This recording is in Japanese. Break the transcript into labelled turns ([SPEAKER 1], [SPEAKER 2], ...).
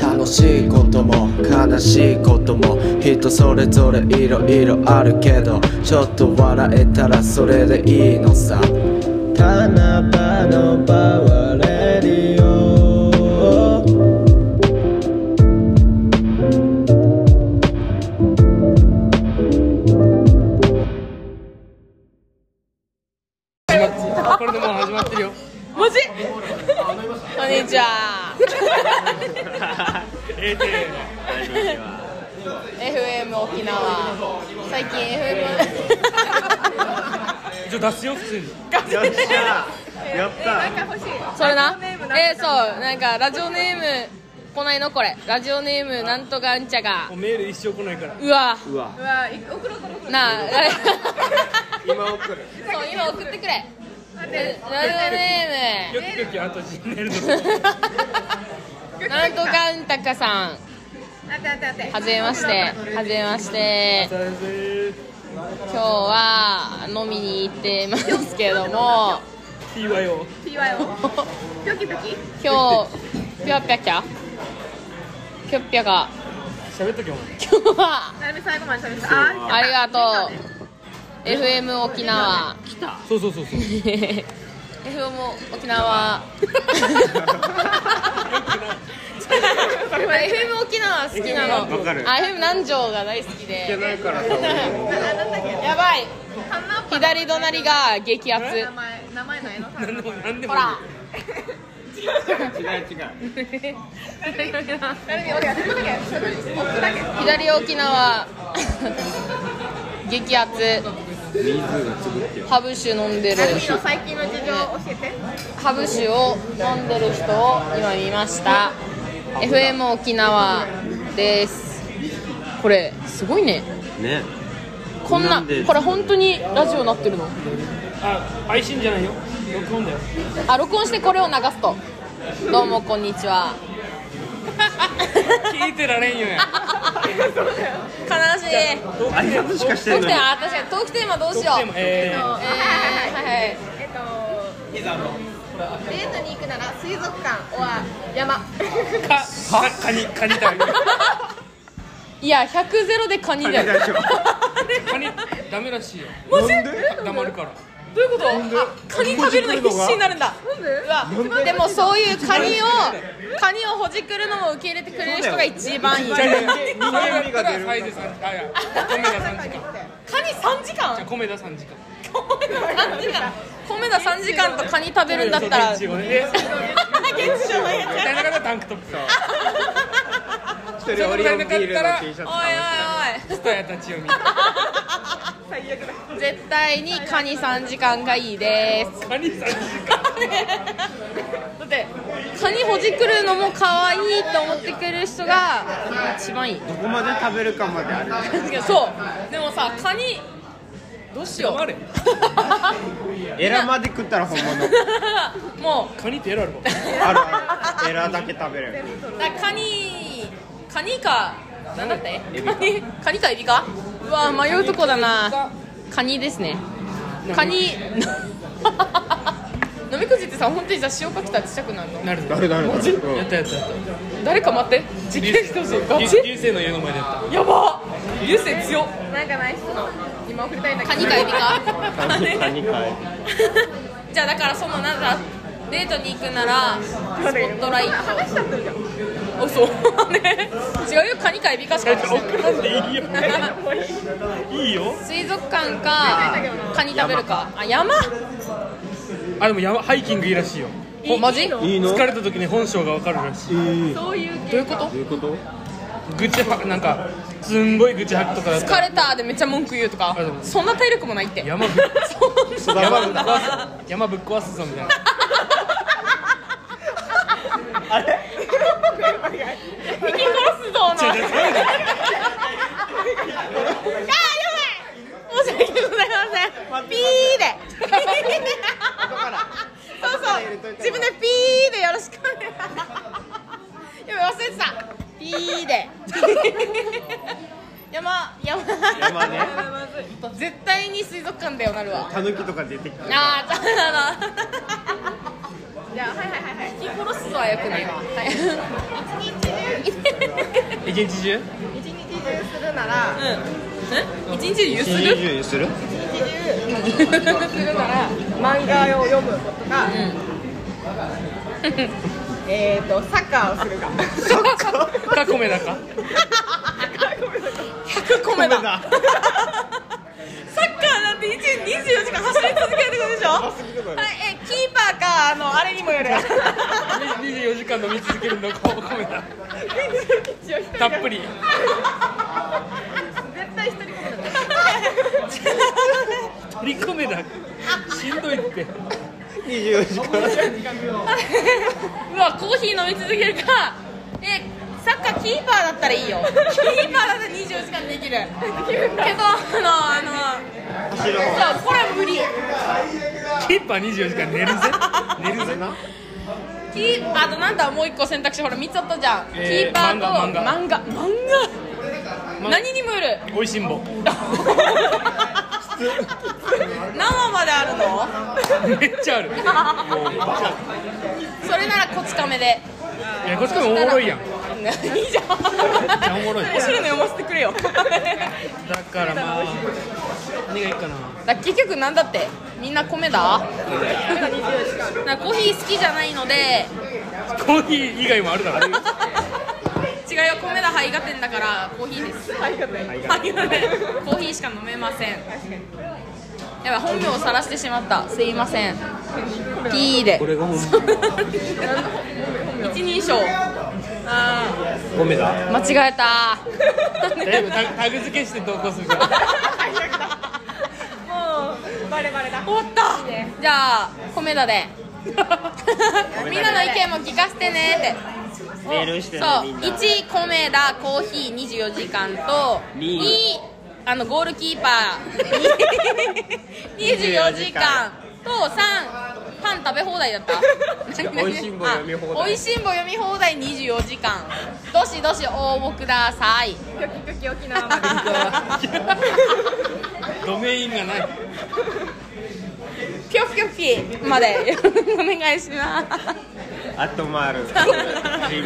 [SPEAKER 1] 楽しいことも悲しいことも人それぞれいろいろあるけどちょっと笑えたらそれでいいのさ
[SPEAKER 2] 花場のバワレディオ
[SPEAKER 3] これでもう始まってるよ
[SPEAKER 4] マジこんにちは FM 沖縄最近 FM
[SPEAKER 3] 一応出すよ普通に
[SPEAKER 5] よっしゃやった
[SPEAKER 4] それなえー、そうなんかラジオネームこないのこれラジオネームなんとかうんちゃが
[SPEAKER 3] もうメール一生来ないから
[SPEAKER 4] うわ
[SPEAKER 5] うわ
[SPEAKER 4] なあ
[SPEAKER 5] 今送る
[SPEAKER 4] そう今送ってくれララジオネーム
[SPEAKER 3] よきよきあとメールと
[SPEAKER 4] なんとかうんたかさん。はじめまして。はじめまして。今日は飲みに行ってますけども、
[SPEAKER 3] いいわよ
[SPEAKER 4] 今日ぴょっぴゃきゃ。ぴょっぴゃが
[SPEAKER 3] 喋っとけお前
[SPEAKER 4] 今日はありがとう。FM 沖縄。
[SPEAKER 3] そうそうそうそう
[SPEAKER 4] FM 沖 縄。FM 沖縄好きなの。
[SPEAKER 5] わかる
[SPEAKER 4] あ FM 南城が大好きで。
[SPEAKER 5] ないからさ
[SPEAKER 4] やばい左隣が激アツ
[SPEAKER 3] 何でも何で
[SPEAKER 4] ほ
[SPEAKER 3] も
[SPEAKER 4] ら
[SPEAKER 5] 違う違う
[SPEAKER 4] 左沖縄 激アツ
[SPEAKER 5] 人数がつぶってよ
[SPEAKER 4] ハブ酒飲んでるハブ酒を飲んでる人を今見ました FM 沖縄ですこれすごいね
[SPEAKER 5] ね
[SPEAKER 4] こんな
[SPEAKER 5] なんで
[SPEAKER 4] これ本当にラジオなってるの
[SPEAKER 3] あ配信じゃないよ録音だよ
[SPEAKER 4] あ録音してこれを流すとどうもこんにちは
[SPEAKER 3] 聞いてられんよや
[SPEAKER 4] 悲しい
[SPEAKER 5] 挨拶しかし
[SPEAKER 4] ト
[SPEAKER 5] て
[SPEAKER 4] ー
[SPEAKER 5] ん
[SPEAKER 4] クテ
[SPEAKER 5] の
[SPEAKER 4] ー マ
[SPEAKER 5] に
[SPEAKER 4] あ確かにトークテーマどうしよう
[SPEAKER 3] でもえ
[SPEAKER 4] えー、はいはい
[SPEAKER 3] ー、かかカニカニだよ
[SPEAKER 4] いや100ゼロでカニだよ
[SPEAKER 5] カニでしょ
[SPEAKER 3] カ ニダメらしいよ
[SPEAKER 4] マジどう
[SPEAKER 3] 黙るから
[SPEAKER 4] いうことあカニ食べるの必死になるんだうわでもそういうカニをカニをほじくるのも受け入れてくれる人が一番いい
[SPEAKER 3] じ
[SPEAKER 4] カ
[SPEAKER 3] ゃあ
[SPEAKER 4] ニ
[SPEAKER 3] 人間味が出るサイズ3時間あいや米田3時間じ
[SPEAKER 4] 3時
[SPEAKER 3] ゃあ
[SPEAKER 4] 間
[SPEAKER 3] 米
[SPEAKER 4] 米田3時間米田
[SPEAKER 3] 田3時間
[SPEAKER 4] 3時間とカニ食べるんだったら現
[SPEAKER 3] 現地
[SPEAKER 4] 地
[SPEAKER 3] をね
[SPEAKER 4] じゃ ない
[SPEAKER 3] みたいな方はタンクトップさ
[SPEAKER 5] 一人オリオンビールの T シャツ
[SPEAKER 4] おいおい
[SPEAKER 3] スタヤたちを見て
[SPEAKER 4] おい絶対にカニ3時間がいいです
[SPEAKER 3] カニ3時間
[SPEAKER 4] だってカニほじくるのも可愛いと思ってくれる人が一番いい
[SPEAKER 5] どこまで食べるかまである
[SPEAKER 4] 確かにそうでもさカニどうしよ
[SPEAKER 3] 黙れ
[SPEAKER 4] う
[SPEAKER 5] エラまで食ったら本物
[SPEAKER 4] もう
[SPEAKER 3] カニってエロあるわ
[SPEAKER 5] あるあるエラだけ食べれる
[SPEAKER 4] だカニカニかなんだってカニカニかエビかうわ迷うとこだなカニですねカニ飲みくじってさ本当にじゃあ塩かきたらちっちゃくなるの
[SPEAKER 3] なる
[SPEAKER 5] 誰誰誰うん
[SPEAKER 3] やったやったやった
[SPEAKER 4] 誰か待って実験してほしいガチ
[SPEAKER 3] 流星の家の前でやった
[SPEAKER 4] やば流星強っカニかエビか
[SPEAKER 5] カニカニかい
[SPEAKER 4] じゃあだからそのなんだデートに行くならスポットライトあそう ね違うよカニかエビかしか
[SPEAKER 3] 送らんでいいよいいよ
[SPEAKER 4] 水族館かカニ食べるかあ山
[SPEAKER 3] あでも山ハイキングいいらしいよ
[SPEAKER 4] おマジ
[SPEAKER 5] いいの
[SPEAKER 3] 疲れた時に本性がわかるらしい
[SPEAKER 4] どういうこと
[SPEAKER 5] どういうこと
[SPEAKER 3] 愚痴はなんかすんごい愚痴吐くとかだった
[SPEAKER 4] 疲れたでめっちゃ文句言うとか
[SPEAKER 3] あでも
[SPEAKER 4] そんな体力もないって
[SPEAKER 3] 山ぶっ
[SPEAKER 4] そんな
[SPEAKER 3] 山
[SPEAKER 4] も
[SPEAKER 3] ぶっ
[SPEAKER 4] ん
[SPEAKER 3] 壊す
[SPEAKER 4] だ
[SPEAKER 3] 山ぶっ壊すぞみたいな
[SPEAKER 4] 引き殺すぞお前あーやばい申し訳ございませんピーでそうそう自分でピーでよろしくお願いやばい忘れてたピーで山山
[SPEAKER 5] 山ね
[SPEAKER 4] 絶対に水族館だよなるわ
[SPEAKER 5] たぬきとか出てきた
[SPEAKER 4] ああそうなのじゃあはいはいはい引き殺すはよくないわはい一日中
[SPEAKER 5] 一日中
[SPEAKER 6] 一日中するなら
[SPEAKER 4] うん一日中ゆ
[SPEAKER 5] 一
[SPEAKER 4] す
[SPEAKER 5] 日
[SPEAKER 4] る
[SPEAKER 5] 中ゆす
[SPEAKER 4] す
[SPEAKER 5] る
[SPEAKER 4] るなら
[SPEAKER 6] 漫画を読むことか、えっ、ー、とサッカーをするか
[SPEAKER 3] か米だか
[SPEAKER 4] 100個目 だサッカーなんて1年24時間走り続けるってことでしょ
[SPEAKER 6] はいえキーパーかあのあれにも よる
[SPEAKER 3] 24時間飲み続けるのか米だたっぷり
[SPEAKER 6] 絶対一人っ子だ
[SPEAKER 3] 取り米だしんどいって
[SPEAKER 5] 24時間
[SPEAKER 4] うわコーヒー飲み続けるかえサッカーキーパーだったらいいよキーパーだったら24時間で きるけどあのあ
[SPEAKER 5] 走る
[SPEAKER 4] の
[SPEAKER 5] 方
[SPEAKER 4] そうこれは無理
[SPEAKER 3] キーパー24時間寝るぜ寝るぜ
[SPEAKER 5] な
[SPEAKER 4] キーあとなんだもう一個選択肢ほら見つあったじゃん、
[SPEAKER 3] えー
[SPEAKER 4] キーパーと
[SPEAKER 3] 漫画
[SPEAKER 4] 漫画漫画何にも よる
[SPEAKER 3] おいしんぼ
[SPEAKER 4] 何話まであるの
[SPEAKER 3] めっちゃあるもうバカ
[SPEAKER 4] それならこち亀で
[SPEAKER 3] いやこっちもおもろいやん
[SPEAKER 4] いいじゃん
[SPEAKER 3] ちゃおもろい
[SPEAKER 4] 面白いの読ませてくれよ
[SPEAKER 3] だからまあ何がいいかな
[SPEAKER 4] だ結局なんだってみんな米だなんかコーヒー好きじゃないので
[SPEAKER 3] コーヒー以外もあるだろ
[SPEAKER 4] 違いは米だ肺がてんだからコーヒーです肺がてんコーヒーしか飲めませんやばい本名を晒してしまったすいません P で
[SPEAKER 5] れが本
[SPEAKER 4] 一人称あ
[SPEAKER 5] 米だ
[SPEAKER 4] ー間違えた
[SPEAKER 3] えタグタグ付けして投稿するから
[SPEAKER 6] バレバレだ
[SPEAKER 4] 終わったじゃあ米だで みんなの意見も聞かせてねって
[SPEAKER 5] メールしてね
[SPEAKER 4] そう
[SPEAKER 5] みんな
[SPEAKER 4] 1米だコーヒー24時間と
[SPEAKER 5] 二
[SPEAKER 4] 2あのゴールキーパー 24時間と3パン食べ放題だった
[SPEAKER 5] 違う美味しんぼ読み放題
[SPEAKER 4] あ美味しんぼ読み放題24時間どしどし応募ください
[SPEAKER 6] キョキキョキ沖縄まで
[SPEAKER 3] ドメインがない
[SPEAKER 4] ぴょぴょぴまでお願いします。
[SPEAKER 5] あとまる